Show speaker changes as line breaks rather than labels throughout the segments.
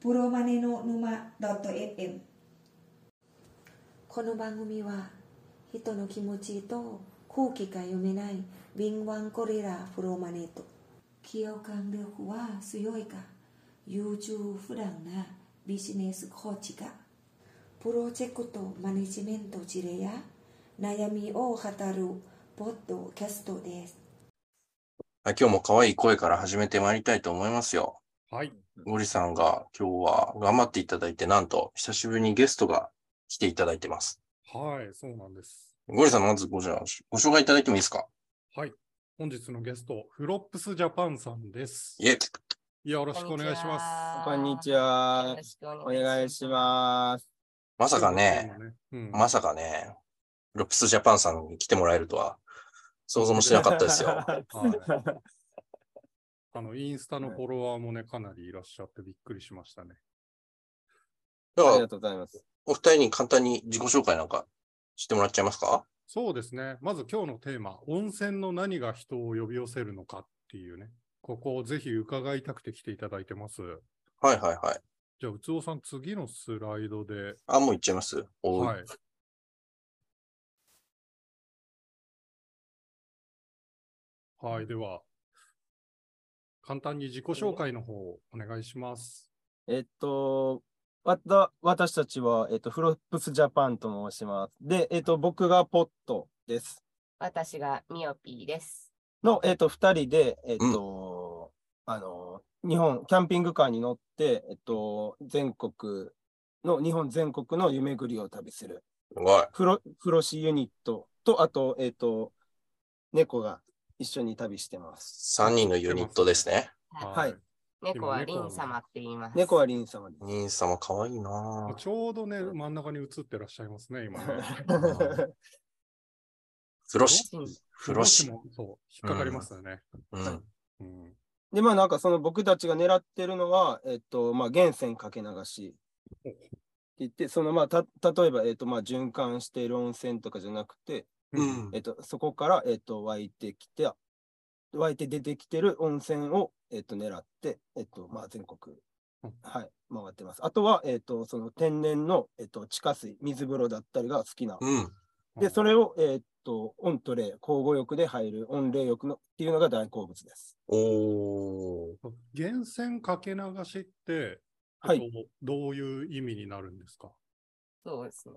プロマネの沼 .fm この番組は人の気持ちと空気が読めない敏腕コレラプロマネと企業間力は強いか優柔不断なビジネスコーチがプロジェクトマネジメント事例や悩みを語るポッドキャストです
はい、今日も可愛い声から始めてまいりたいと思いますよ。
はい。
ゴリさんが今日は頑張っていただいて、なんと久しぶりにゲストが来ていただいてます。
はい、そうなんです。
ゴリさん、まずごじゃご紹介いただいてもいいですか
はい。本日のゲスト、フロップスジャパンさんです。
いえ、
よろしくお願いします。
こんにち
よ
は
ろ。しく
お願いし
す。
ます。
まさかね、
うん。
まさかね、ロップスジャパンさんに来てもらえるとは想像もしてなかったです よ。
はいあの、インスタのフォロワーもね、かなりいらっしゃってびっくりしましたね。
で
ありが
は、
とうございます。
お二人に簡単に自己紹介なんかしてもらっちゃいますか
そうですね。まず今日のテーマ、温泉の何が人を呼び寄せるのかっていうね、ここをぜひ伺いたくて来ていただいてます。
はいはいはい。
じゃあ、うつおさん、次のスライドで、
あ、もう行っちゃいますおー
はい。はい、では、簡単に自己紹介の方をお願いします。
えっと、わた私たちは、えっと、フロップスジャパンと申します。で、えっと、僕がポットです。
私がミオピーです。
の、えっと、二人で、えっと、あの、日本、キャンピングカーに乗って、えっと、全国の、日本全国の夢ぐりを旅する、
すごい。
フロ、フロシユニットと、あと、えっと、猫が一緒に旅してます。
3人のユニットですね。
はい
猫はリン様って言います。
猫はリン様です。
兄様可愛いな
あ
ぁ
ちょうどね、真ん中に映ってらっしゃいますね、今ね。
風呂敷。
うん
風呂敷。
もそう、引っかかりますよね。
うん。
うん。
で、まあなんかその僕たちが狙ってるのは、えっと、まあ源泉かけ流し。
お
って言って、そのまあた、例えば、えっと、まあ循環している温泉とかじゃなくて、
うん
えっと、そこから、えっと、湧いてきて、湧いて出てきてる温泉を、えっと、狙って、えっと、まあ全国
うん、
はい、回ってます。あとは、えっと、その天然の、えっと、地下水、水風呂だったりが好きな。
うん。
で、それを、えっと、オントレイ、交互浴で入る、温冷浴のっていうのが大好物です。
おー。
源泉かけ流しって、
はい
えっとどういう意味になるんですか
そうですね。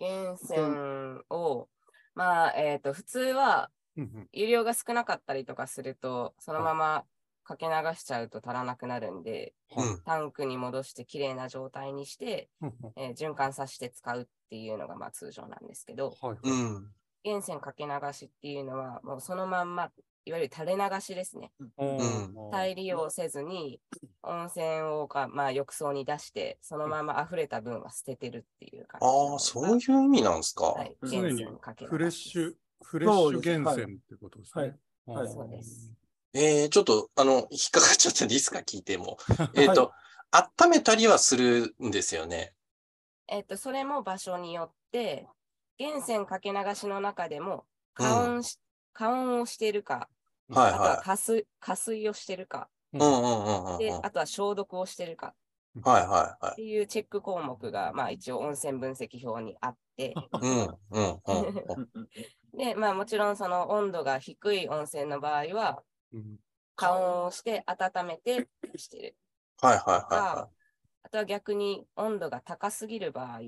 源泉を、まあ、えっ、と、普通は、
うんうん
湯量が少なかったりとかすると、そのままかけ流しちゃうと足らなくなるんで、
うん。
タンクに戻してきれいな状態にして、 えー循環させて使うっていうのが、まあ、通常なんですけど、
はい。
うん。
源泉かけ流しっていうのは、もうそのまんま、いわゆる垂れ流しですね。
うん
再利用せずに、温泉をか、まあ、浴槽に出して、そのまま溢れた分は捨ててるっていう感じのが。
ああ、そういう意味なんですか。
はい、
うん
源泉かけ流し
フレッシュ
で、
フレッシュ源泉ってことですね。
はいはい
そうです
えー、ちょっと、あの、引っかかっちゃったんでいいですか聞いても。えっ、と、温めたりはするんですよね。
す。えっと、それも場所によって、源泉かけ流しの中でも、
うん
加温し、加温をしてるか、
はい
あとは
は
加水、加水をしてるか、
い。
うん
うんうんうんうんうん。はい
で、あとは消毒をしてるか
はいは
っ
い。
ていうチェック項目が、まあ一応温泉分析表にあ って、
うん うんうんうん。
で、まあもちろんその温度が低い温泉の場合は、
うん
加温をして温めてしてる。
はいはいは
あとは逆に温度が高すぎる場合、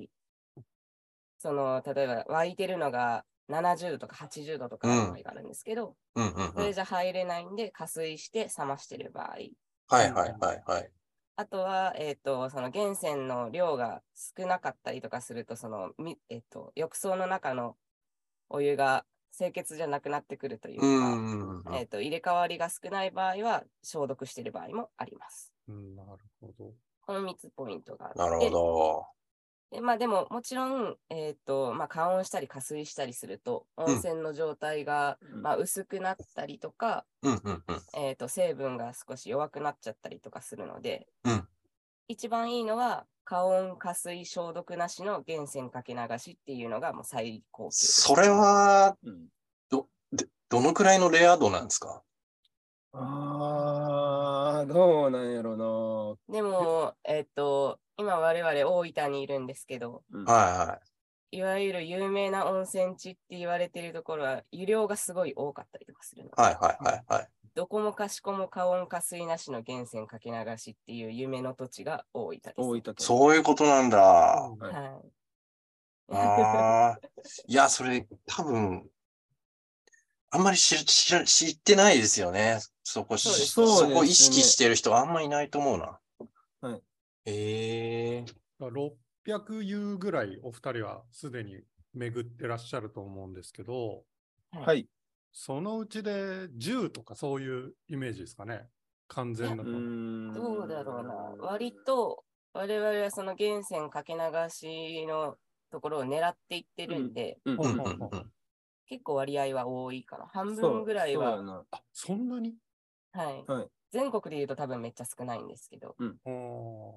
その例えば沸いてるのが70度とか80度とかの場合があるんですけど、
いはい。うんうん
そ
うん。
れじゃ入れないんで加水して冷ましてる場合、
はいはいはいはい。
あとは、えっ、と、その源泉の量が少なかったりとかすると、その、みえっ、と、浴槽の中のお湯が清潔じゃなくなってくるという
う
か、
んうんうん。
えっ、と、入れ替わりが少ない場合は消毒してる場合もあります。
うんなるほど。
この3つポイントがあって。
なるほど。
でまあでも、もちろん、えっ、と、まあ、加温したり加水したりすると、
ん
温泉の状態が、
うん
まあ、薄くなったりとか、
うんうんうん。
えっ、と、成分が少し弱くなっちゃったりとかするので、
うん
一番いいのは、加温、加水、消毒なしの源泉かけ流しっていうのがもう最高級。
それは、
うん
どのくらいのレア度なんですか
ああ、どうなんやろう
でも、えっ、と、我々大分にいるんですけど、
うん
はいはい。
いわゆる有名な温泉地って言われてるところは、湯量がすごい多かったりとかするの。
はいはいはいはい。
どこもかしこも加温加水なしの源泉かけ流しっていう夢の土地が大分です。
大分県。
そういうことなんだ。
は
はい。
あーいや、それ多分、あんまり知る知ら知ってないですよね。そこ、
そうです
そ
そうですね
こ意識してる人あんまいないと思うな。
はい
ええ
だから600遊ぐらいお二人はすでに巡ってらっしゃると思うんですけど、
はい。
そのうちで10とかそういうイメージですかね。完全な
う
と。
ーん
どうだろうな。割と我々はその源泉かけ流しのところを狙っていってるんで、
うん
うん
ほ
うん
ほ
ん
ほ
うん。
結構割合は多いかな。半
そう
分ぐらい
そ
は
う、やな
あ、そんなに
はい、
はい
全国で言うと多分めっちゃ少ないんですけど。
あー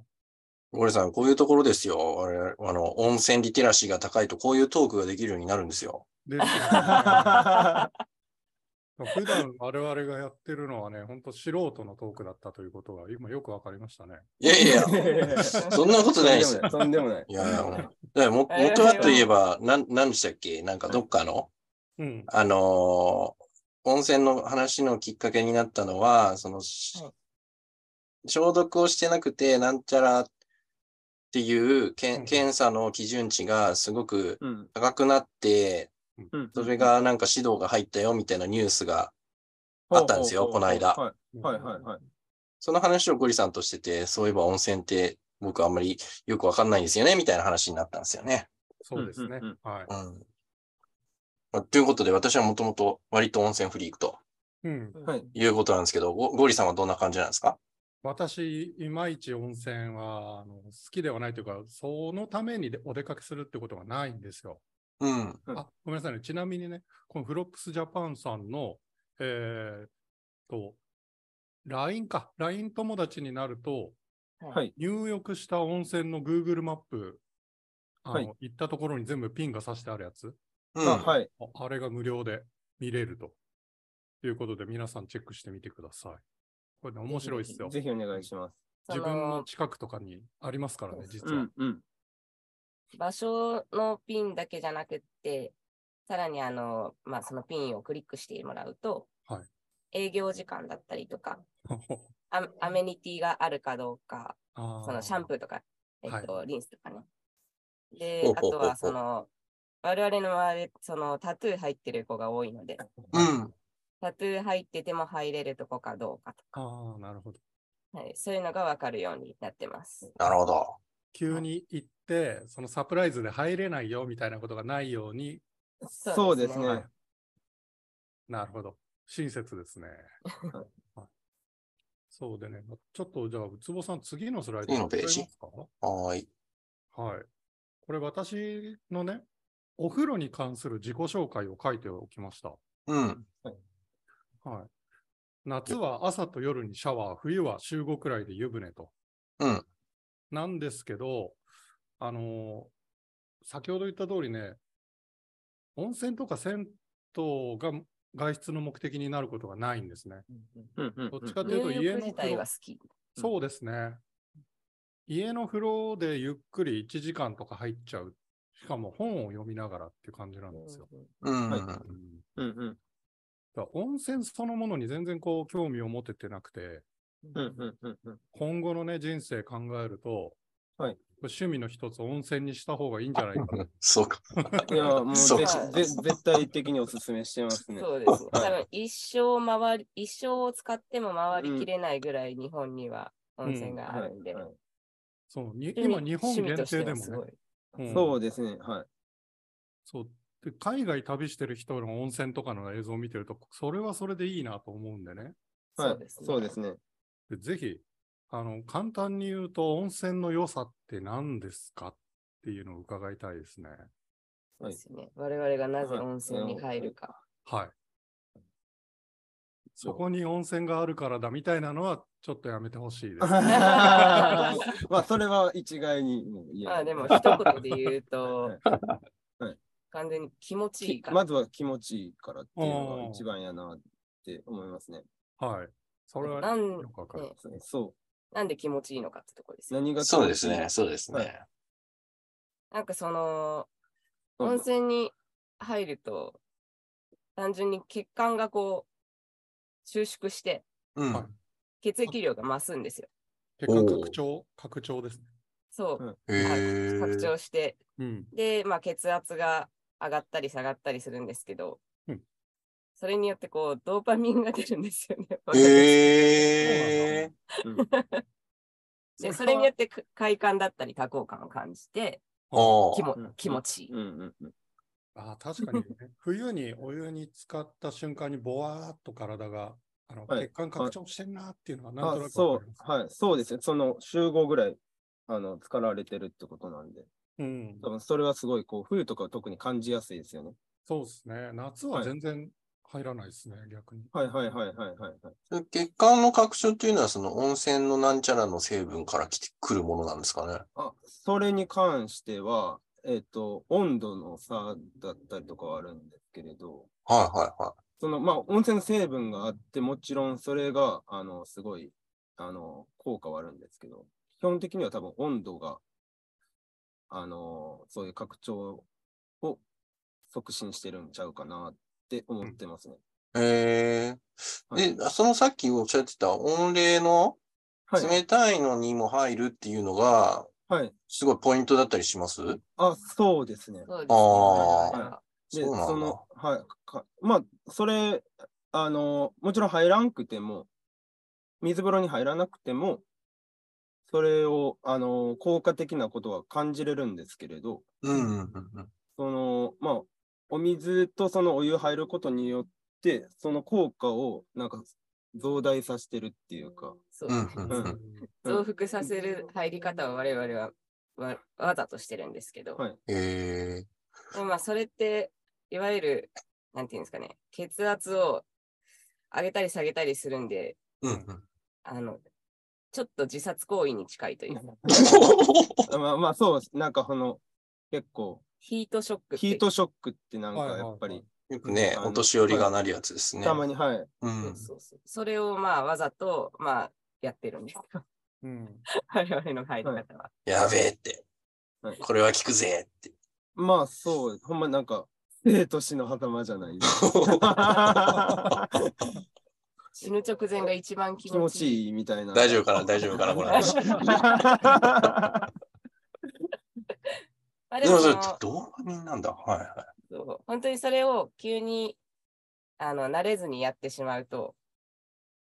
ゴリさん、こういうところですよ。我々あの、温泉リテラシーが高いと、こういうトークができるようになるんですよ。
ですよ ね普段我々がやってるのはね、本当素人のトークだったということが今よくわかりましたね。
いやい や、 そんなことないですよ。
とんでもない。
いやいや、もうだからも元はといえば、なん、なんでしたっけなんかどっかの、
うん。
あのー温泉の話のきっかけになったのは、その、し
はい
消毒をしてなくて、なんちゃらっていうけ
うん
ん検査の基準値がすごく
うん。
高くなって、
うん
それがなんか指導が入ったよみたいなニュースが、あったんですよ
ほうほう
この間
ほうはいはいはいはい。
その話をゴリさんとしてて、そういえば温泉って僕あんまりよくわかんないんですよね、みたいな話になったんですよね。
そうですね。
うんうん
は
うんまあということで、私はもともと割と温泉フリークと
い。うん。
はい。
いうことなんですけど、ゴゴリさんはどんな感じなんですか
私、いまいち温泉はあの好きではないというか、そのためにでお出かけするってことがないんですよ。
うん。
うん
あ、ごめんなさいね。ちなみにね、このフロップスジャパンさんの、えー、と、LINE か。LINE 友達になると、
はい
入浴した温泉の Google マップ、あの、
はい
行ったところに全部ピンが刺してあるやつ。
う
あ
ん。
はい。
ああれが無料で見れると。いうことで、皆さんチェックしてみてください。これね、面白いですよ。
ぜひお願いします。
そ
自分の
の
近くとかにありますからね、実
う
は
ん。うん。
場所のピンだけじゃなくって、さらにあの、まあ、そのピンをクリックしてもらうと、
はい
営業時間だったりとか、
そ
アアメニティがあるかどうか、そのシャンプ
ー。
ーとか、えっと、
は
リンスとかね。で
ほう、
あ
ほうほ
と
うほう
は、その、我々の周り、その、タトゥー入ってる子が多いので、
うん。
タトゥー入ってても入れるとこかどうかとか、
ああ、なるほど。
はい、そういうのがわかるようになってます。
なるほど。
急に行って、そのサプライズで入れないよみたいなことがないように、
そ
そうう
で
ですす
ね
はい
ね。
なるほど。親切で すね。はいそうでね、ちょっとじゃあ、うつぼさん、次のスライド
次のページ
いますか
はーい。
はい。これ、私のね、お風呂に関する自己紹介を書いておきました。
うん。
はい。夏は朝と夜にシャワー、冬は週5くらいで湯船と。
うん。
なんですけど、あのー先ほど言った通りね、温泉とか銭湯が外出の目的になることがないんですね。
うんうん
どっちかというと
入
家
浴
の
自
風
体
呂
は好、き。
そうですね。家の風呂でゆっくり1時間とか入っちゃう。しかも本を読みながらっていう感じなんですよ。
うん。
はい
うん
うんうん
だから温泉そのものに全然こう興味を持ててなくて、
うんうんうんうん。
今後のね、人生考えると、
はい
これ趣味の一つ温泉にした方がいいんじゃないかな。
そうか。
いや、もう
そう
ぜ
か
ぜ絶対的におすすめしてますね。
そうですね。
はい
多分一生回り、一生を使っても回りきれないぐらい日本には温泉があ
は
る
い
んで。
はい
そうに
趣味
今、日本限定でも
趣味としてはすご
ね
い。
うん
そうですね。はい。
そうで海外旅してる人の温泉とかの映像を見てると、それはそれでいいなと思うんでね。
は
そ
いう
ですね。
そうですね。
でぜひあの、簡単に言うと、温泉の良さって何ですかっていうのを伺いたいですね。
そうですね。我々がなぜ温泉に入るか。
はい。
そ
そ
う
こに温泉があるからだみたいなのは、ちょっとやめてほしいで す。
まあ、それは一概にもう言え
ま
な
あ
い
でも一言で言うと
はい、
完全に気持ちいい
き
から。
まずは気持ちいいからっていうのが一番やなって思いますね。
はい。それは
なん
よくわかる。
ね
そう。
なんで気持ちいいのかってとこですよ。
何が
そうですね、そうです
は
ね。
なんかその、
うん
温泉に入ると、単純に血管がこう、収縮して、
うん。
はい
血液量が増すんですよ。
血管
おー
拡張、拡張ですね。
そうう、
へえ。
拡張して、
うん。
で、まあ、血圧が上がったり下がったりするんですけど、
うん
それによってこう、ドーパミンが出るんですよね。
へえ。
でそれによってく快感だったり多幸感を感じて
お
気も
うん
気持ちいい。
うんうんうん
ああ、確か にね。冬にお湯に浸かった瞬間に、ぼわーっと体が、あの、
はい
血管拡張してんなっていうのはなんと
あ
なくわ
そ
かります
う、はい、そうですよ。その集合ぐらい、あの、疲られてるってことなんで、
うん
多。分それはすごい、こう、冬とかは特に感じやすいですよね。
そうですね。夏は
はい
全然入らないですね、逆に。
はいはいはいはいはいはい。
ー。血管の拡張っていうのは、その温泉のなんちゃらの成分から来てくるものなんですかね。
あ、それに関しては、えっ、と、温度の差だったりとかはあるんですけれど、
はいはいは
その、まあ、温泉の成分があって、もちろんそれが、あの、すごい、あの、効果はあるんですけど、基本的には多分温度が、あの、そういう拡張を促進してるんちゃうかなって思ってますね。
い。へ
は
え。
い
で、そのさっきおっしゃってた温冷の
はい。
冷たいのにも入るっていうのが、
はい。
すごいポイントだったりしますう
あ、そうですね。
そうですね。
あ
ー
はいは
で、
そうなんだ
その、はい。かまあ、それ、あの、もちろん入らんくても、水風呂に入らなくても、それを、あの、効果的なことは感じれるんですけれど、
んうんうんうん。
その、まあ、お水とそのお湯入ることによって、その効果を、なんか、増大させてるっていうか、
そう
うんうんう。
うんん
増幅させる入り方を我々はわわざとしてるんですけど、
はい
へえ。
でもまあそれっていわゆるなんていうんですかね血圧を上げたり下げたりするんで
うん うん。
あのちょっと自殺行為に近いというか
まあ、まあ、そう、なんか、その、結構、
ヒートショックって
ヒートショックってなん
はいは
か、
い
や
はい
っぱり、
よくね、お年寄りがなるやつですね。
たまに、はい、
うん
そうそうそうそれをまあわざとまあやってるんですよ
うん。
我々の入り方は。
やべえって
はい。
これは効くぜって。
まあそう、ほんまなんか、生と死の狭間じゃない。
死ぬ直前が一番気
気
持
持
ちいい。
ちいいみたいな。
大丈夫かな大丈夫かなこれ。
まあ
で
で
も
も
そ
そ
れ
の、
ドーパミンなんだ。はいはい。
そう本当にそれを急にあの慣れずにやってしまうと、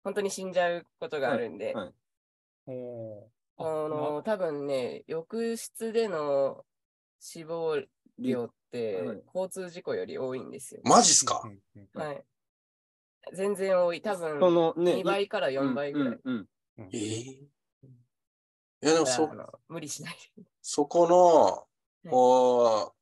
本当に死んじゃうことがあるんで、
はいはい
おー
あの多分ね、浴室での死亡量って、
はい
交通事故より多いんですよ。
マジっすか
うんうん
はい全然多い。多分
そのね、
2倍から4倍ぐらい。
うんうん
ええ。いやでもそ
あ、の無理しないで。
そこ
い
の、こ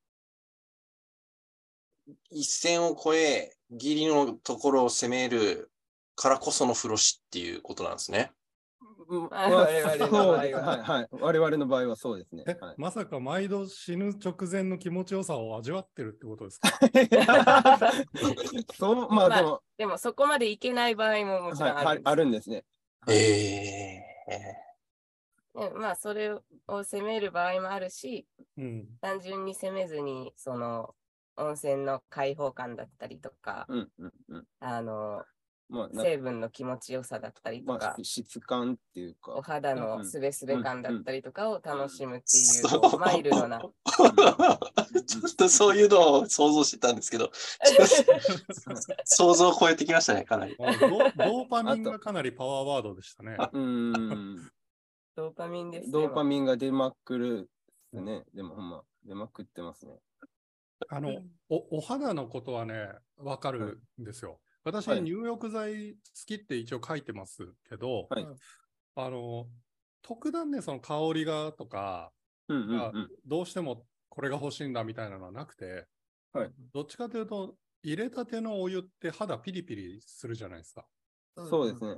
う、一線を越え、ギリのところを攻めるからこその風呂師っていうことなんですね。
うんうん
あ 我々の場合は
そうですはいはい。我々の場合はそうですね。
え、
はい
まさか毎度死ぬ直前の気持ちよさを味わってるってことですか
そう、まあでも、
でもそこまでいけない場合ももちろん
はい
あ
あ
るん
る
です
あるんですね。
え
はい
え。
でまあそれを責める場合もあるし、
うん。
単純に責めずに、その温泉の開放感だったりとか、
うんうんうん。
あの
まあ、な
成分の気持ちよさだったりと
ま
か
あ、、質感っていう
お
か。
肌
う
の
ん
すべすべ感だったりとかを楽しむってい、
そう
こうマイルドな。
うん
ちょっとそういうのを想像してたんですけ ど、ちょっと想像を超えてきましたね、かなり。。
あドドーパミン
あ
がかなりパワーワードでしたね。
うん。
ドーパミンですね。
ドーパミンが出まくるっすね。でもほんま、出まくってますね。
あの、おお肌のことはね、わかるんですよ。私、
はい
入浴剤好きって一応書いてますけど、
はい
あの、特段ね、その香りがとか、
うんうん
あ
うん。
どうしてもこれが欲しいんだみたいなのはなくて、
はい
どっちかというと、入れたてのお湯って肌ピリピリするじゃないですか。
そうですね。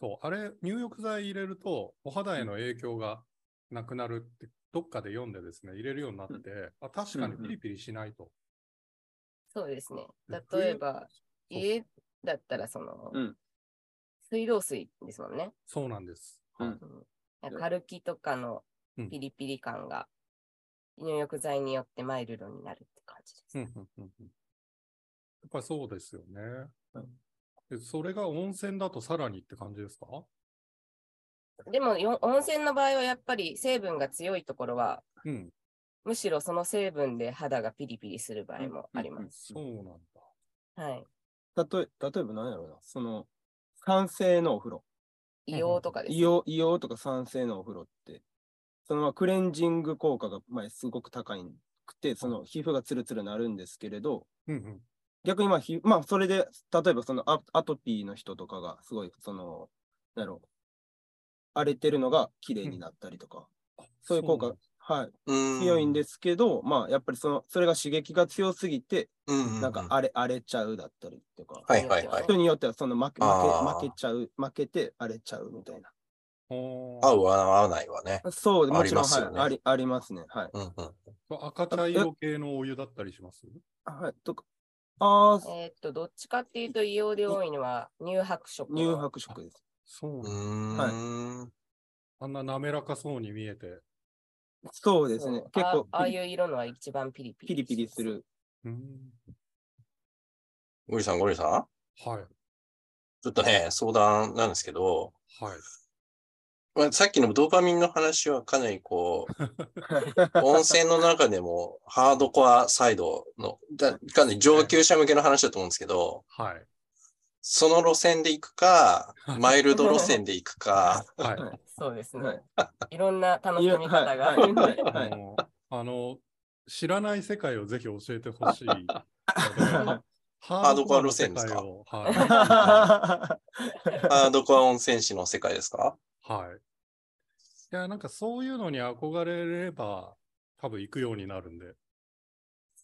そう、あれ、入浴剤入れると、お肌への影響がなくなるって、どっかで読んでですね、入れるようになって、あ確かにピリピリしないと。
そうですね。
冬
例えば、
そう
家だったらその、
うん
水道水ですもんね。
そうなんです。
うん
うんカルキとかのピリピリ感が入浴剤によってマイルドになるって感じです。
うんうんうんうんやっぱりそうですよね。でそれが温泉だとさらにって感じですか
でもよ温泉の場合はやっぱり成分が強いところは、
うん。
むしろその成分で肌がピリピリする場合もあります。
す。
そうなんだ。
はい。
例え、例えば何やろうな、その、酸性のお風呂。
硫黄とかです。
硫黄、硫黄とか酸性のお風呂って、そのまあクレンジング効果が、まあ、すごく高いくて、その皮膚がツルツルなるんですけれど、
うんうん。
逆にまあひ、まあ、それで、例えばそのアアトピーの人とかが、すごい、その、なんやろう、荒れてるのが綺麗になったりとか、そういう効果、はい、強いんですすけど、まあ、やっぱりその、それが刺激が強すぎて、
うん。
なんか荒れ、荒れちゃうだったりとか、
はいはいはい。
人によってはその負け、
あー
負け、負けちゃう、負けて荒れちゃうみたいな。
ほー
合う合わないはね。
そう、も
あり
ちろ
ま
ん、
す
は
よね
い、あり、ありますね。はい。
うんうん。
赤茶色系のお湯だったりします
はい、とか、ああ、
えーっと、どっちかっていうと硫黄で多いのは乳白色の。
乳白色です。
そう
う
なんだ
ーん。
あんな滑らかそうに見えて。
そうで
そ
す
う
ね。結
あ
構
ああ
ピ
いう色のは一番ピリピ
リ、ピリ
リ。
ピリす。る。
うん。
ゴリさん、ゴリさん
はい。
ちょっとね、相談なんですけど、
はい。
まあ、さっきのドーパミンの話はかなりこう、 温泉の中でもハードコアサイドの、だかなり上級者向けの話だと思うんですけど、
はい。
その路線で行くか、マイルド路線で行く か、
はい。
そうですね。
はいい、
ろんな楽しみ方が。
はいはい
あ
はい
の、あの知らない世界をぜひ教えてほしい。
は
ハ
ハード
をはい。
ハードコア温泉士の世界ですか
はい。いや、なんかそういうのに憧れれば、多分行くようになるんで。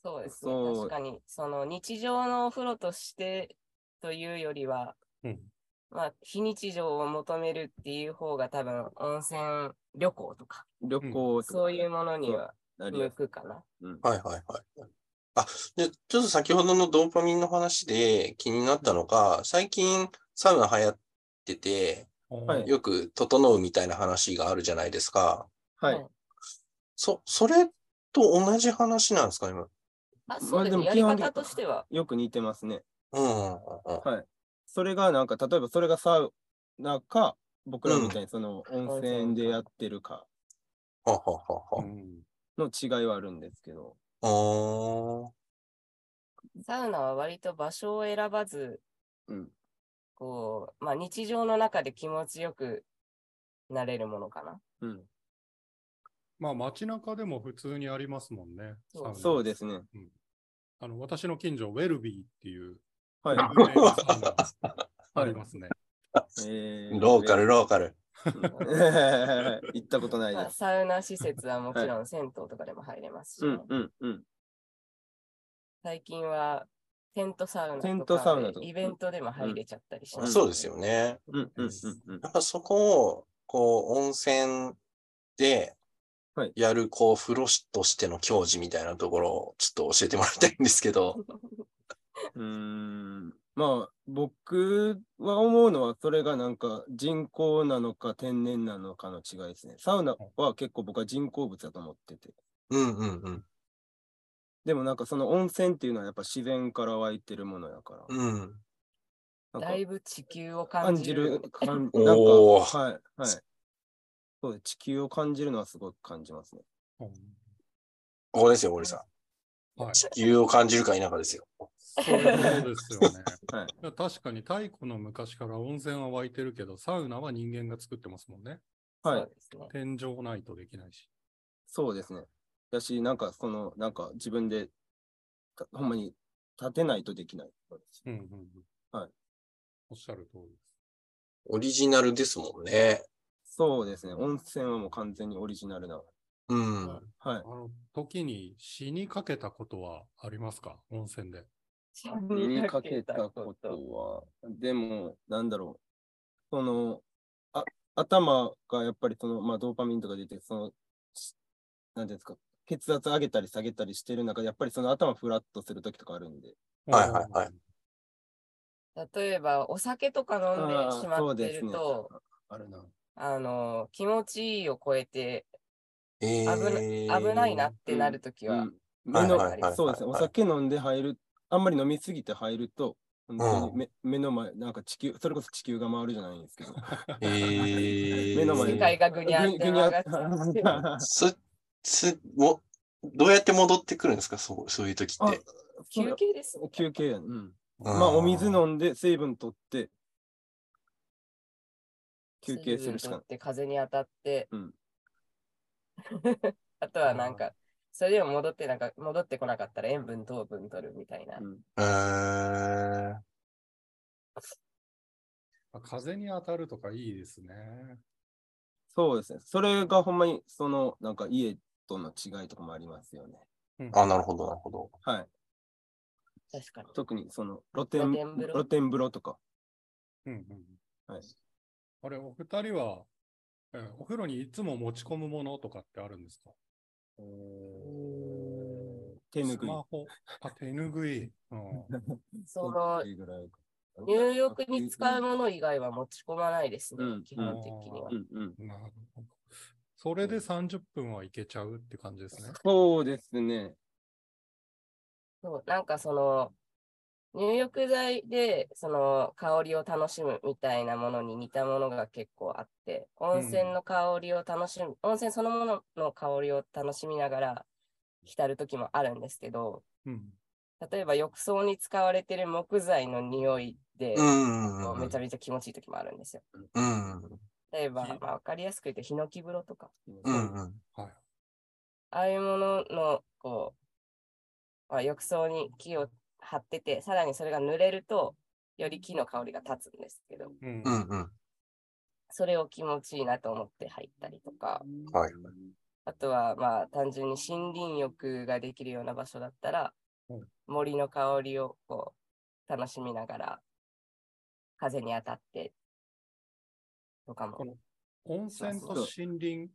そうですね。
そ
確
う
かに、その日常のお風呂としてというよりは、
うん
まあ、非日常を求めるっていう方が多分、温泉旅行とか、
旅行とか
そういうものには
なりや
向
す
くかな。
いうん
はいはいはい。あ、で、ちょっと先ほどのドーパミンの話で気になったのが、最近サウナ流行ってて、
はい
よく整うみたいな話があるじゃないですか。
はい。
そ、それと同じ話なんですか、今。
あ、そうですね。
ま
や
あ
り
でも基本的に
方としては、
よく似てますね。
うんうんうんうん。
それがなんか、例えばそれがサウナか、僕らみたいにその温泉でやってるか
ははは
う
は。
ん
の違いはあるんですけど。
あ
サウナは割と場所を選ばず、
うん
こう、まあ、日常の中で気持ちよくなれるものかな。
うん。
まあ街中でも普通にありますもんね。
そう
サウナ
そうですね。
あの私の近所、ウェルビーっていう
はい。
有名なサウナ がありますね。
え
ーローカル、。ローカル。
行ったことない
ま
で
あ、
す。
サウナ施設はもちろん銭湯とかでも入れますし、
う
ね
んうんうん。
最近はテントサウナとかで
テントサウナとか
イベントでも入れちゃったりしま
ん
す、
そうですよね。
うんうんうんうん
や。っぱそこを、こう、温泉で
はい、
やる、こう、風呂師としての教授みたいなところを、ちょっと教えてもらいたいんですけど。
うーんまあ僕は思うのはそれがなんか人工なのか天然なのかの違いですね。サウナは結構僕は人工物だと思ってて。
うんうんうん。
でもなんかその温泉っていうのはやっぱ自然から湧いてるものやから。
うん。
な
だ
ん
い
か
ぶ地球を
感
感じ
じ
る
る、感
おー
なんか、はい、はい。そうです地球を感じるのはすごく感じますね。
うん
ここですよ、森さ
はい
ん。地球を感じるか否かですよ。
そうですよね。
はい
いや確かに太古の昔から温泉は湧いてるけど、サウナは人間が作ってますもんね。
はい
そうですね
天井ないとできないし。
そうですね。だし、なんかその、なんか自分で、たほんまに立てないとできない。
うんうんうん
はい。
おっしゃる通りです。
オリジナルですもんね。
そうですね。温泉はもう完全にオリジナルな。
うん。
はい。
あの時に死にかけたことはありますか温泉で。
見にかけたことは、でも、なんだろう、その、あ頭がやっぱりその、まあ、ドーパミンとか出て、その、しなんていうんですか、血圧上げたり下げたりしてる中で、やっぱりその頭フラッとするときとかあるんで、
はいはいはい
例えばお酒とか飲ん
あ
で
ー
しま
そ
っ
う
て
です
る
ね
と
あるな。
あの、気持ちいいを超えて
え
危な、危ないなってなるとき
う
は
ん、目の
はいはいはい
そうですね、お酒飲んで入る、あんまり飲みすぎて入ると、本当に目目の前、なんか地球、それこそ地球が回るじゃないんですけど、
えー
目の前
世
に
界がぐにゃっ
ぐ
て
ぐに
曲
ゃ
がっちゃって。
す、す、も、どうやって戻ってくるんですかそう、そういう時っ
あ
て。
休憩です。
休憩やん。うん
ま
まあ、お水飲んで、水分取って、休憩するし
水分
かない
取っ。て風に当たって、
うん、
あとはなんか、それでも戻ってなんか戻ってこなかったら塩分糖分取るみたいな
う。ん
えー、
あ風に当たるとかいいですね。
そうですね。それがほんまに、その、なんか家との違いとかもありますよね。
うん
あ、なるほど、なるほど。
はい。
確かに。
特に、その、露天、
露天風呂
露天風呂とか。
うんうん
はい。
あれ、お二人は、えーお風呂にいつも持ち込むものとかってあるんですか
手ぬ
ス
ぐい
マ。ホ。あ、手ぬぐ い。うん、
その
手拭いぐらいかな
入浴に使うもの以外は持ち込まないですね、
うん
基本的には
う。んうん。
なるほど。それで30分はいけちゃうって感じですね。
そうですね。
そうなんかその入浴剤でその香りを楽しむみたいなものに似たものが結構あって、温泉の香りを楽しむ、温泉そのものの香りを楽しみながら浸る時もあるんですけど、
うん。
例えば浴槽に使われてる木材の匂いで、
うん。
こうめちゃ
めち
めちゃ気持ちいい時もあるんですよ。
ゃ。うん。
例えば、
ひ
まあ、わかりやすく言うと、ヒノキ風呂とか、
うん。うん。
はい。
ああいうものの、こう、まあ、浴槽に木を張ってて、さらにそれが濡れると、より木の香りが立つんですけど、
うん
うん。うん。
それを気持ちいいなと思って入ったりとか、
はい。
あとは、まあ、単純に森林浴ができるような場所だったら
うん、
森の香りをこう楽しみながら、風に当たって、とか
こ
も。
の温泉と森林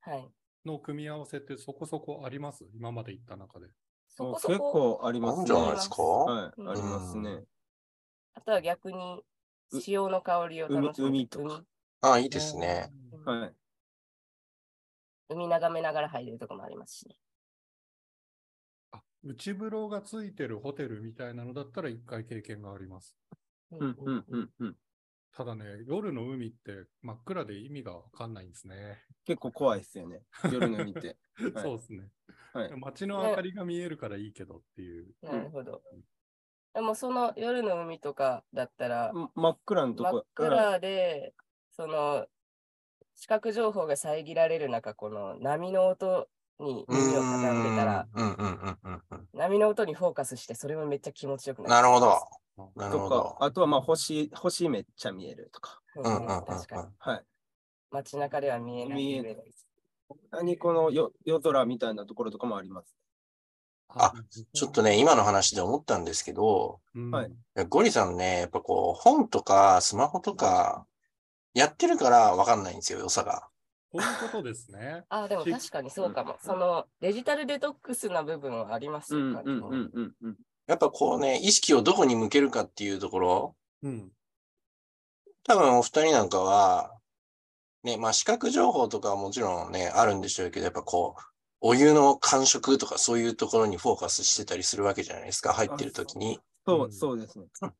はい。
の組み合わせってそこそこあります今まで行った中で。
そこそ
結
こ、
構あります
あ
ね。
んじゃないですか
はい、
うん
ありますね。
あとは逆に、
う
潮の香りを楽しむ。
海海とか
あ、いいですね。
海
はい。
海眺めながら入れるとこもありますしね。
あ。内風呂がついてるホテルみたいなのだったら一回経験があります。
う
うんうんうんうん。
ただね、夜の海って真っ暗で意味がわかんないんですね。
結構怖いですよね。夜の見て。はい
そうですね。
はい
街の明かりが見えるからいいけどっていう。
なるほど。でもその夜の海とかだったら、
ま真っ暗のと
真
こ
っ。暗で、その、視覚情報が遮られる中、この波の音に
うん。
耳を傾けたら、
うん。うん。うん。うん。うん。
波の音にフォーカスして、それもめっちゃ気持ちよくなる。
なるほど。なる
と
ほ
か
ど、。
あとはまあ星、星めっちゃ見えるとか。
うん
うん。うん。うん。
確かに。
はい。
街中では見えない。
見えない
レベル
何このよ夜空みたいなところとかもあります。
あちょっとね、今の話で思ったんですけど、
うん、
はい
ゴリさんね、やっぱこう、本とかスマホとか、やってるからわかんないんですよ、良さが。
こういうことですね。
あ、でも
し
確かにそうかも。そのデジタルデトックスな部分はあります
う
よ、
んう
完
ん
全
う
に
んうんうん。
やっぱこうね、意識をどこに向けるかっていうところ、
うん。
多分お二人なんかは、ね、まあ視覚情報とかはもちろんね、あるんでしょうけど、やっぱこう、お湯の感触とかそういうところにフォーカスしてたりするわけじゃないですか、入ってる時に。
そうう、
ん
そうですね。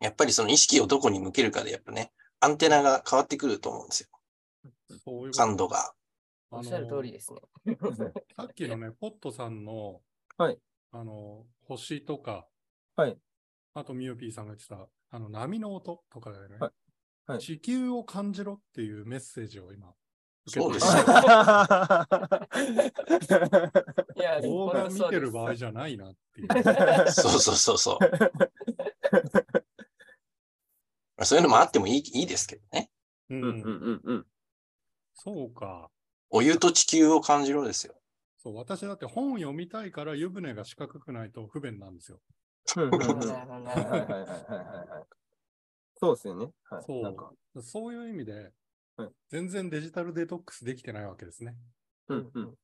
やっぱりその意識をどこに向けるかで、やっぱね、アンテナが変わってくると思うんですよ、
そういうこと
感度が。
おっしゃる
あの
通りですね。
さっきのね、ポットさんの、
はい
あの、星とか、
はい
あと、ミオピーさんが言ってた、あの、波の音とかだよね。
はいはい
地球を感じろっていうメッセージを今、
そうですよ。
はい
や、
動
これ
画
は
見
そう
て
で
る
す
場合じゃないなっていう。
そうそうそうそう。 まあそういうのもあってもいいいいですけどね。
う
うんうん
ん、
うんうん。
そうか。
お湯と地球を感じろですよ。
そう、私だって本読みたいから湯船が四角くないと不便なんですよ。
うんうんうん
なるほ どな
はい
る
はい
ほ
はい
ど
はいはいはい。そうですよね。はい。
そう
なんか、
そういう意味で、
はい
全然デジタルデトックスできてないわけですね。
うんうん。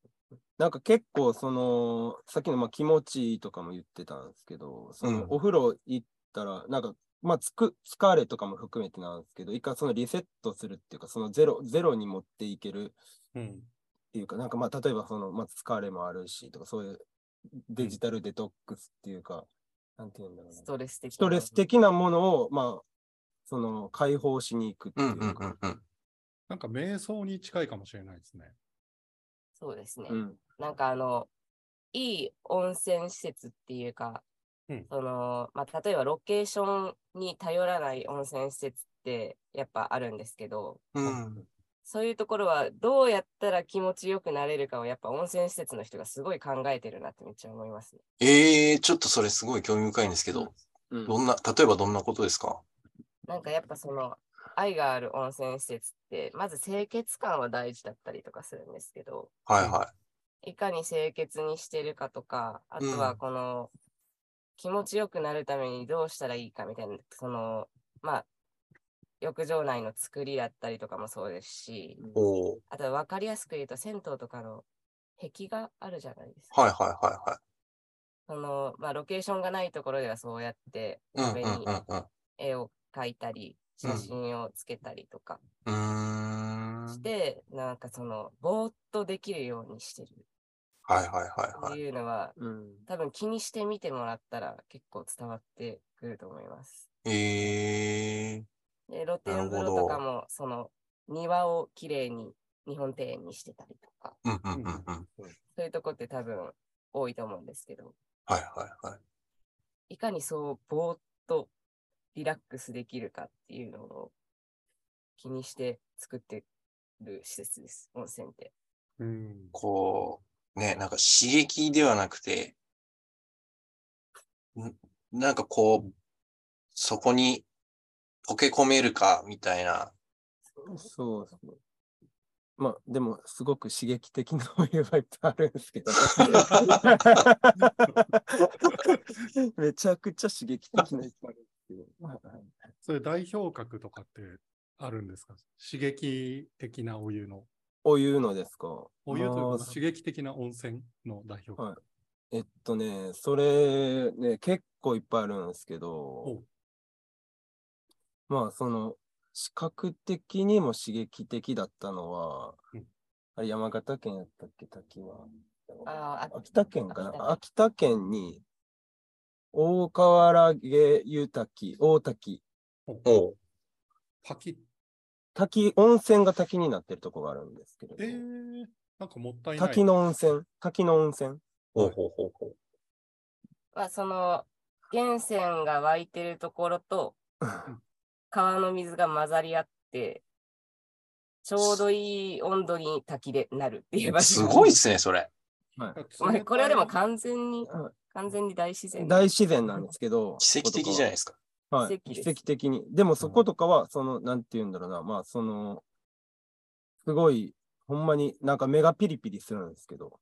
なんか結構その、さっきのまあ気持ちいいとかも言ってたんですけど、その
うん
お風呂行ったら、なんかまあ、つく、疲れとかも含めてなんですけど、一回そのリセットするっていうか、そのゼロ、ゼロに持っていける
うん。
っていうか、なんかまあ、例えばその、まあ、疲れもあるしとか、そういうデジタルデトックスっていうか、なんていうんだろうな
ス。トレス的な。
ストレス的なものを、まあ、その、解放しに行くって
う
い
んうん
う
う
か
ん、うん。
なんか瞑想に近いかもしれないですね。
そうですね。
うん、
なんかあの、いい温泉施設っていうか、
うん
その、まあ、例えばロケーションに頼らない温泉施設ってやっぱあるんですけど、
うん。
そういうところはどうやったら気持ちよくなれるかをやっぱ温泉施設の人がすごい考えてるなってめっちゃ思いますね。
ええー、ちょっとそれすごい興味深いんですけど、
うん
どんな、例えばどんなことですか
なんかやっぱその愛がある温泉施設ってまず清潔感は大事だったりとかするんですけど、
はいはい
かに清潔にしてるかとか、あと
う
は
ん
この、気持ちよくなるためにどうしたらいいかみたいな、その、まあ、浴場内の作りだったりとかもそうですし、
い。おー
あとは分かりやすく言うと、銭湯とかの壁があるじゃないですか。
はいはいはいはい。
その、まあ、ロケーションがないところではそうやって
うん
壁に
うんうんうん。
絵を描いた
う
り、
ん
写真をつけたりとか
うーん。は
し
い
て、なんかその、ぼーっとできるようにしてる
はいはい
っ
は
て
い。
いうのは、
うん。
多分気にしてみてもらったら結構伝わってくると思います。
ええ
で露天風
なるほ
呂
ど
とかもその庭をきれいに日本庭園にしてたりとか
ー。うんうんうんうん。
そういうとこって多分多いと思うんですけど
はいはいはい。
いかにそうぼーっとリラックスできるかっていうのを気にして作ってる施設です温泉って。
うん。
こう、ね、なんか刺激ではなくて、んなんかこう、そこに溶け込めるか、みたいな。
そうですね。まあ、でも、すごく刺激的なお湯はいっぱいあるんですけど。 めちゃくちゃ刺激的なお湯いっぱいあるんですけど。
それ代表格とかってあるんですか刺激的なお湯の。
お湯のですか
お湯というか、
ま
ま
あ
あ刺激的な温泉の代表格。
はいえっとね、それね、結構いっぱいあるんですけど
う、
まあその、視覚的にも刺激的だったのは
うん、
あれ山形県やったっけ、滝は。
あーあ
秋田県かな。
秋
秋田県に、大河原下湯滝、大滝、
おう
パキッ。
滝、温泉が滝になってるとこがあるんですけれど
え、ー、なんかもったいない。
滝の温泉、滝の温泉。
ほうほうほうほう。
はその源泉が湧いてるところと川の水が混ざり合って、ちょうどいい温度に滝でなるっていう場所。
すごいっすね、それ。
まあこれはでも
か
完全に、完全に大自然。
大自然なんですけど、
奇跡的じゃない
い
ですか。
はい、
奇跡です
奇跡的に。でもそことかは、その、なんて言うんだろうな、まあ、その、すごい、ほんまになんか目がピリピリするんですけど、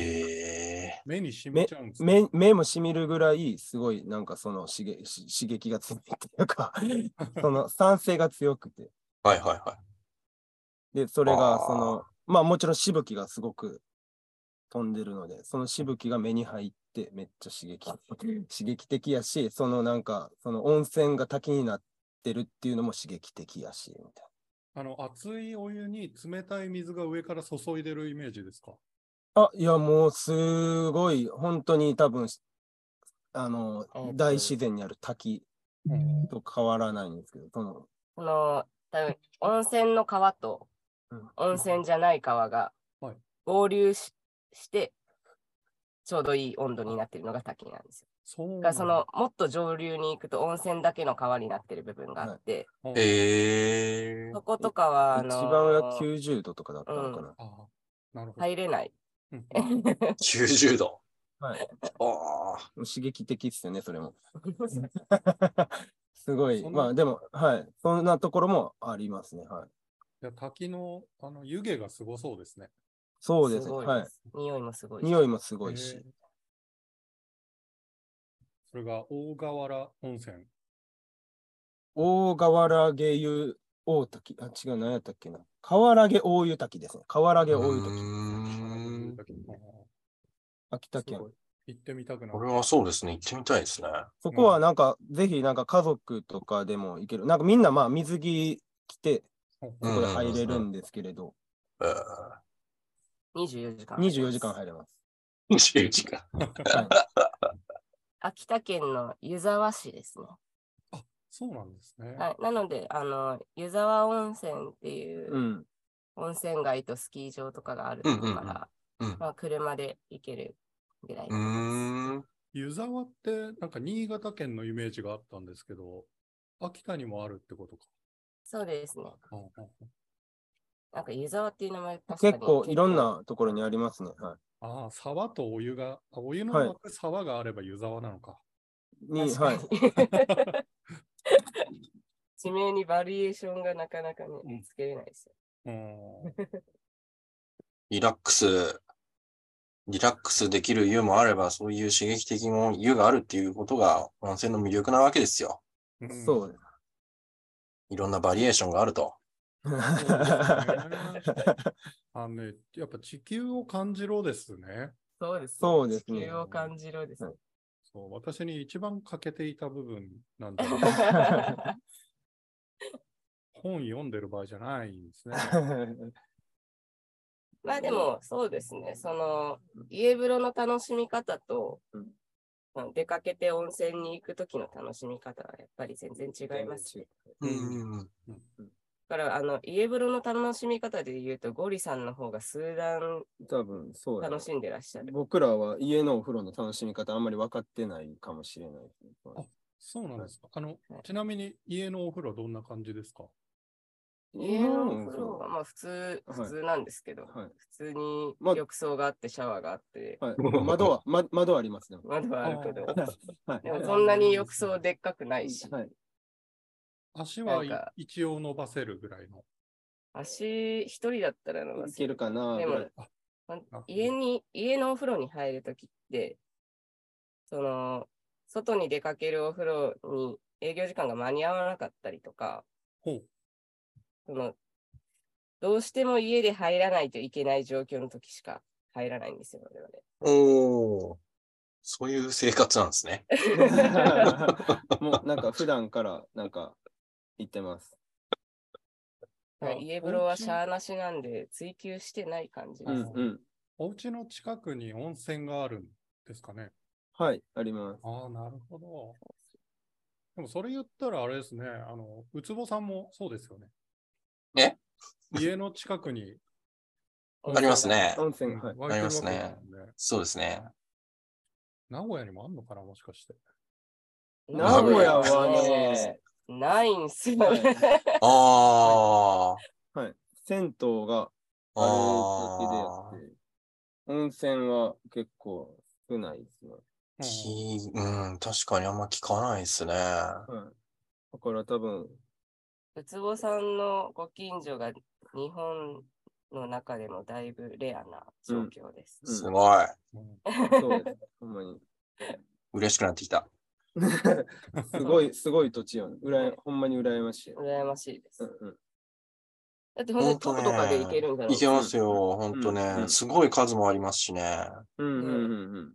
ええ
目に染みちゃうんですね
目目もしみるぐらい、すごいなんかその刺激し刺激が強いっていうか、その酸性が強くて、
はいはいはい。
で、それが
あー
その、まあもちろんしぶきがすごく飛んでるので、そのしぶきが目に入ってめっちゃ刺激、刺激的やし、そのなんか、その温泉が滝になってるっていうのも刺激的やし、みたい
あの、熱いお湯に冷たい水が上から注いでるイメージですか
な。あ、いやもうすごい、本当に多分、あの
えー、と
大自然にある滝
うん
と変わらないんですけど、その、
この、多分温泉の川と
うん
温泉じゃない川が
はい
合流しして、ちょうどいい温度になってるのが滝なんですよ。
そう
だ
なん
からその、もっと上流に行くと温泉だけの川になってる部分があって、
だ、え
ええ
そことかは、あ
一
の
番上は90度とかだったのかな。
ああなるほど。
入れない。
うん
90度。
はい。
ああ。
刺激的っすよね、それも。
そ
すごい。
そんな
まあでも、はい。そんなところもありますね。は
い
い。
や滝のあの湯気がすごそうですね。
そうですね。
ご
はい
で。す匂いもすごいし。
匂いもすごい
へ
し
え。それが大河原温泉。
大河原下湯大滝。あ、違う、何やったっけな。河原下大湯滝ですね。河原下大湯
う
滝。
ーん
秋田県
すごい。行ってみたくな
こ
る。
れはそうですね。行ってみたいですね。
そこはなんか、ぜひなんか家族とかでも行ける。なんかみんなまあ水着着て、そこで入れるんですけれど、
え ー
24時間。
24時間入れます。
24時間。
秋田県の湯沢市ですね。
そうなんですね。
はい。なので、あの、湯沢温泉って
う。
いうん温泉街とスキー場とかがある
う
か
んうんうん
ら、
うん。
まあ、車で行けるぐらい。
うーん。
湯沢って、なんか新潟県のイメージがあったんですけど、秋田にもあるってことか。
そうですね。
うんうんうん
なんか湯沢っていう名前確かに
結構いろん。なところにありますね。は
ああ、沢とお湯が、あお湯の
はい
湧く沢があれば湯沢なのか。
い。に、
確か
は
に
い。
地名にバリエーションがなかなか
う
ね
ん、
つけれないですよ。
うん。
リラックス、リラックスできる湯もあれば、そういう刺激的も湯があるっていうことが温泉の魅力なわけですよ。
うん
そうです。
いろんなバリエーションがあると。
あのね、やっぱ地球を感じろですね。
そうです、
そうですね
地球を感じろですね。
そう私に一番欠けていた部分なんで、 本読んでる場合じゃないんですね。
まあでも、そうですね。その、家風呂の楽しみ方と、
うん
まあ出かけて温泉に行くときの楽しみ方はやっぱり全然違いますね。
うん
うん。
だから、あの、家風呂の楽しみ方で言うと、ゴリさんの方が数段
多分そうやろ
楽しんでらっしゃる。
僕らは家のお風呂の楽しみ方あんまり分かってないかもしれないですね。
そうなんですか。あの、ちなみに家のお風呂どんな感じですか
家のお風呂はまあ普通、
はい
普通なんですけど、
はい
普通に
まあ
浴槽があってシャワーがあって、
はい、窓は、ま、窓はありま すね。
窓はあるけど
あ、
はい
でもそんなに浴槽でっかくないし、
はい、
足は
なんか
一応伸ばせるぐらいの。
足一人だったらの
いけるかな
でも
ぐらい
あ
家に、家のお風呂に入るときって、その、外に出かけるお風呂に営業時間が間に合わなかったりとか、
ほう。
その、どうしても家で入らないといけない状況の時しか入らないんですよ、我々。
おー。そういう生活なんですね。
もうなんか普段からなんか行ってます。
はい
あ
家風呂はシャ
お
アなしなんで追求してない感じ
う
で
ん
す。
うん。
お家の近くに温泉があるんですかね。
はい、あります。
ああ、なるほど。でもそれ言ったらあれですね、あの、ウツボさんもそうですよね。
え
家の近くに
ありますね。
温泉、は
湧いて
い。
るわけ
あり
ですもんね。
そうですね。
名古屋にもあんのかな、もしかして。
名
古屋は
ね、
ないんすよ
は
ね
い。
あ
はい。銭湯が
あ。
あ
あ
るだけであって、温泉は結構少ないですね。
あ。きうん、確かにあんま聞かないですね。
はい。だから多分、
ウツボさんのご近所が日本の中でもだいぶレアな状況です。
うん
すごい。
うん
そうです。ほんま に。
嬉しくなってきた。
すごい、すごい土地よね。うらやほんまに羨ましい。
羨ましいです。
うんうん
だって本当に徒歩とかで行けるんだろう
いけますよ、ほんと
う
ね。
ん
すごい数もありますしね。
うんうんうん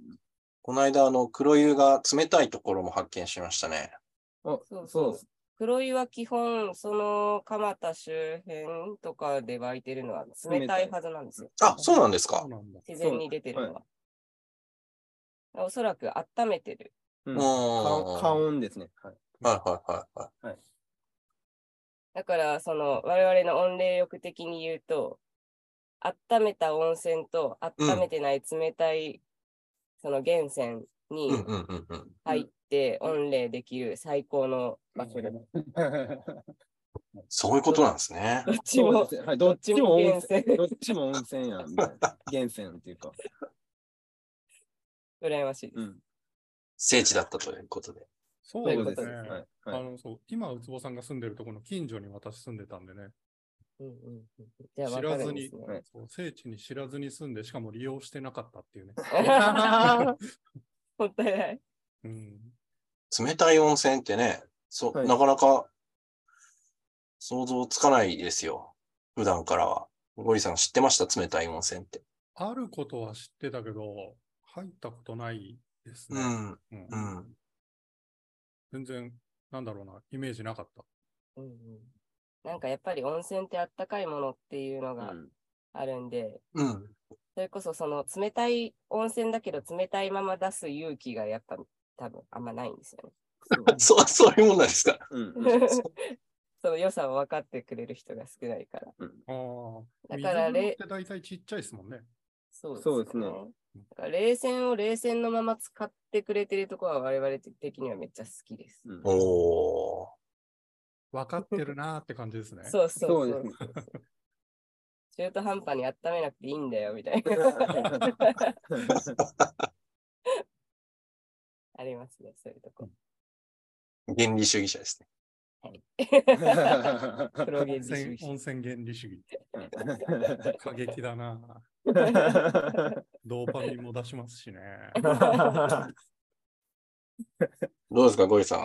この間、あの、黒湯が冷たいところも発見しましたね。
うん。あ、
そう
そ
そうう
です。
黒湯は基本、その蒲田周辺とかで湧いてるのは冷たいはずなんですよ。
あ、そうなんです
そ
か
う。なんだ。
自然に出てるのは。おそらく温めてる。
うん
うん。は
か加温ですね。はい。
いはいはいはい。
だから、その、我々の温冷浴的に言うと、温めた温泉と、
うん
温めてない冷たい、その源泉に
うんうんうんうん。
入って温冷できる最高の場
場
所
所
で
で
ど
も。
そういうことなんですね。
っち
そう
も
ですねはい、どっちも温泉。
ど
どっちも温泉やん。みたいな源泉っていうか。
羨ましいです。
うん。
聖地だったということで。
そ
そういううこ
で
と
す
で
ね
す。。はい。
あ
はい。
のそう今、ウツボさんが住んでるところの近所に私住んでたんでね、
うんうんうんじゃあ、わ
知
からる
ず
んで
に
すね。
はい
そう、聖地に知らずに住んで、しかも利用してなかったっていう ね。
もったいない。
うん、
冷たい温泉ってね、そ、
はい
なかなか想像つかないですよ。普段からは。ゴリさん知ってました冷たい温泉って。
あることは知ってたけど、入ったことないです
う
ね。
ん、
うん
うん。
全然、なんだろうな、イメージなかった。
うんうん、なんかやっぱり温泉ってあったかいものっていうのが
うん
あるんで、
うん。
それこそその冷たい温泉だけど冷たいまま出す勇気がやっぱ多分あんまないんですよ
そ、 そういうもんなんですか。
うんうん
ね。 その良さを分かってくれる人が少ないから。
ああ、
だか
水風
ら
呂
れ
って大体ちっちゃいですもんね。
そうですね。
そうですね
だから冷戦を冷戦のまま使ってくれてるところは我々的にはめっちゃ好きです。
うん
おー。
分かってるなーって感じですね。
そうそうそう
そうです
中途半端に温めなくていいんだよみたいな。 ありますね、そういうとこ。
原理主義者ですね。
黒 毛
温
自主
泉
主
温
義
泉原理主義。過激だなー。ドーパミンも出しますし ね。
どうですか、ゴリさん。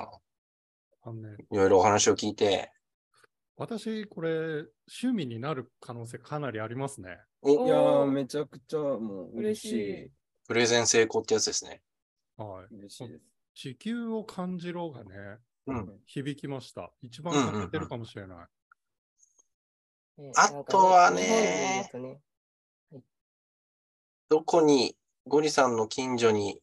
あのね、
いろいろお話を聞いて。
私、これ、趣味になる可能性かなりありますね。
お、
いや
お
ー、
ー
めちゃくちゃもう嬉し
嬉
い
し。
プレゼン成功ってやつですね。
はい。
嬉しい です。
地球を感じろがね、
うん
響きました。一番欠けてるかもしれない。
ね
あ
なんか
とはね
日本で言うとね
どこに、ゴリさんの近所に、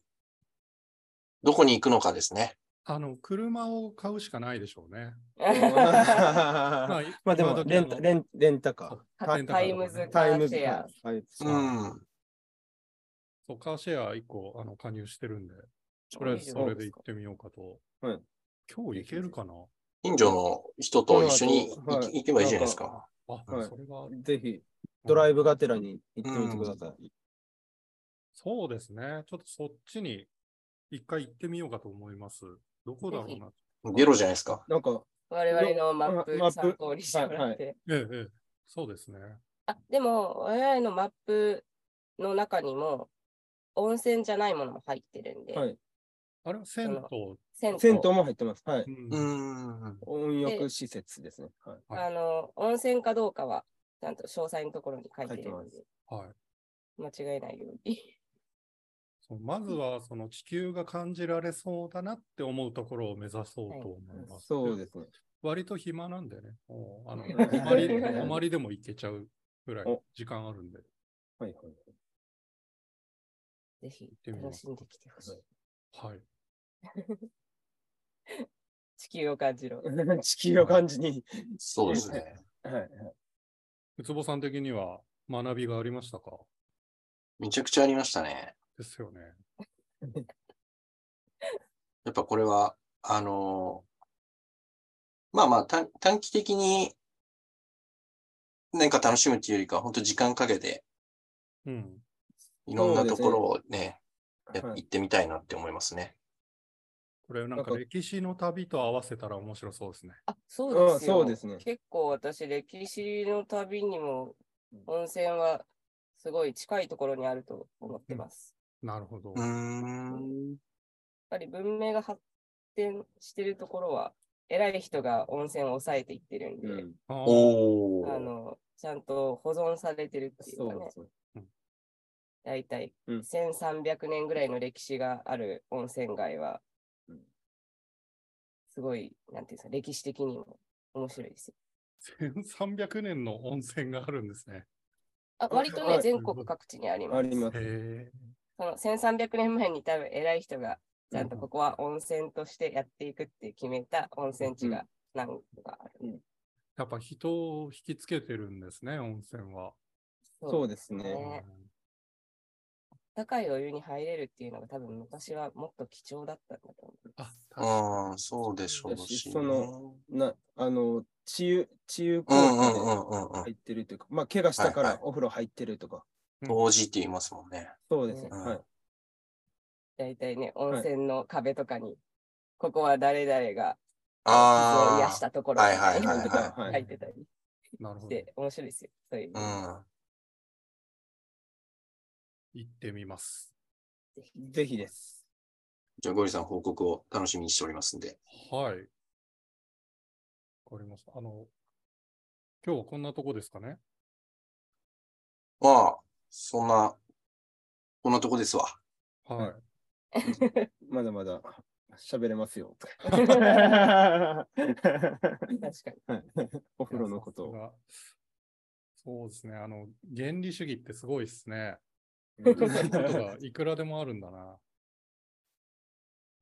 どこに行くのかですね。
あの、車を買うしかないでしょうね。
まあでも、レンタ、レン、レンタカ
タ
レンタカ
タ
ーとか
イ
ね
ムズ
ー。
カ
タイム
ー
ズ
シェア。
はい。
うん。
そう、カーシェア1個あの加入してるんで、とりあえず
いいじゃ
そ
ない
れで
で
す行
か
ってみようかと。
はい
今日行けるかな
近所の人と一緒に
は
行
い
き行けばいいじゃないです
なん
か。
あ、
はい
それが、
ぜひ、ドライブがてらに行ってみてください。
そうですね。ちょっとそっちに一回行ってみようかと思います。どこだろうな。
ゲロじゃないですか。
なんか、
我々のマッ
マッ
プ参
プ
考にしてもらって。
ええ、ええ、そうですね。
あ、でも、我々のマップの中にも、温泉じゃないものも入ってるんで、
はい。
あれは銭
銭湯
銭湯も入ってます。はい。
湯。
う
うん
ん。
温浴施設ですね。はい。
あの、温泉かどうかは、ちゃんと詳細のところに書いてる
書い
ん
て
で、
はい。
間違えないように。
そうまずは、その地球が感じられそうだなって思うところを目指そうと思います。
そうですね。
割と暇なんでね、も うあの
はい
泊まり泊まりでも行けちゃうぐらい
お
時間あるんで。
はいはい。
ぜひ
てみよう
楽しんできてほしい。
はい。
地球を感じろ。
地球を感じに。
そうですね。
はい。
ウツボさん的には学びがありましたか
めちゃくちゃありましたね。
ですよね。
やっぱこれは、あのまあまあ短短期的に何か楽しむっていうよりか、本当時間かけて
うん。
いろんなところをね、や
はい
行ってみたいなって思いますね。
これなん
なん
か
か
歴史の旅と合わせたら面白そうですね。
あ、そう
あ
ですよ。
そうですね
結構私、歴史の旅にも、温泉はすごい近いところにあると思ってます。
なるほど。
うーん。
やっぱり文明が発展してるところは、偉い人が温泉を抑えていってるんで、
うん。
あー
お
あ
ー。
の、ちゃんと保存されてるっていう
そ
か
う
ね
で、すね。
大体
うん
1300年ぐらいの歴史がある温泉街は
うん、
すごい、なんていうんですか、歴史的にも面白いですよ。
1300年の温泉があるんですね。
あ割と
は
ね、
い
全国各地にありま
あ
す。
ります。
へえ。
その1300年前に多分偉い人が、ちゃんとここは温泉としてやっていくって決めた温泉地が何個かある。
やっぱ人を引きつけてるんですね、温泉は。
そうです
ね
ね。
高いお湯に入れるっていうのが多分昔はもっと貴重だったんだと思う。
あ、確か
ああ、そうでしょうし、ね。
そのな、あの、治癒、治癒効
うんう
果
ん
で
うんうんうん。
入ってるというか、まあ、怪我したか
はい
ら
は
お風呂入ってるとか。
当時って言いますもんね。
そうですね。
うん
はい。
大体ね、
い
温泉の壁とかに、ここは誰々が傷を癒し
あ
たところみたいな
はい
の
はい
と
はい
か
はい
入ってたり
なるほ
し
ど。
て、面白いですよ。そういう。
あ。
行ってみます。
ぜひです。
うん。じゃあ、ゴリさん報告を楽しみにしておりますんで。
はい。わかりました。あの、今日はこんなとこですかね。
まあ、そんな、こんなとこですわ。
はい。
まだまだ喋れま すよ。
確
は
かに。
いお風呂のことを。
がそうですね。あの、原理主義ってすごいですね。
うん
そういうことがいくらでもあるんだな。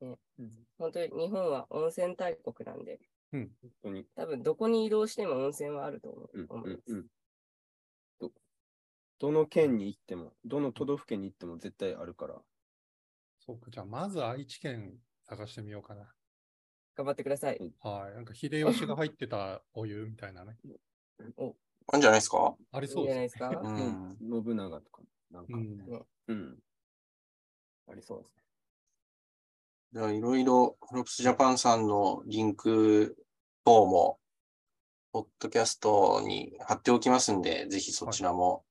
本当に日本は温泉大国なんで、
本当に。
多分どこに移動しても温泉はあると思
う
うん思います。
うんうんどどの県に行っても、どの都道府県に行っても絶対あるから。
そうか。じゃあ、まず愛知県探してみようかな。
頑張ってください。
はい。なんか、秀吉が入ってたお湯みたいなね。
あんじゃないですか
あり
いいんじ
そ
ゃ
うです
ない
ね
です。か。
う。
うん信長とか、なんか
う、ん。
うん。ありそうですね。
じゃあ、いろいろ、フロップスジャパンさんのリンク等も、ポッドキャストに貼っておきますんで、ぜひそちらも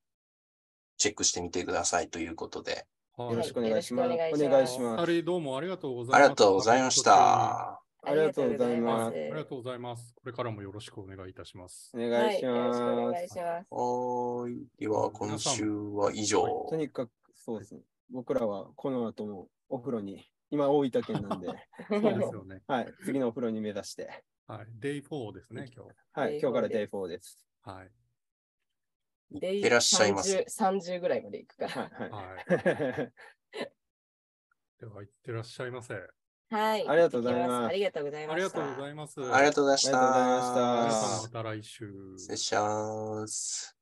チェックしてみてくださいということで、
は
よろしくお願いします。
はい
お
よろしくお
願
願
い
い
し
し
ま
あ
す。
れどうもありがとうございます。
ありがとうございまし。た。
ありがとうございます
あ
あり
りが
が
と
とうございます。これからもよろしくお願いいたします
お。
うございますは
願い
いよろし
します。
くお願いします。
はーい。では、今週は以上。
とにかく、そうですね。僕らはこの後もお風呂に、今大分県 なんで、
そうですよね。
はい、次のお風呂に目指して、
はい。デイ4ですね、今
は
デ
い、
イフォー
今日からデイ4です。
日。はい。
いってらっしゃいませ。
三十ぐらいまで行くか
はい、はい。
はい。
あ
では、いってらっしゃいませ。あ
ら。はい。
ありがとうございます
行ってきありがとうございま
りが
し
とうご
た
ざ。います。
ありがとうございまし。
りがとうございましたた
皆さんまた来週。
失礼します。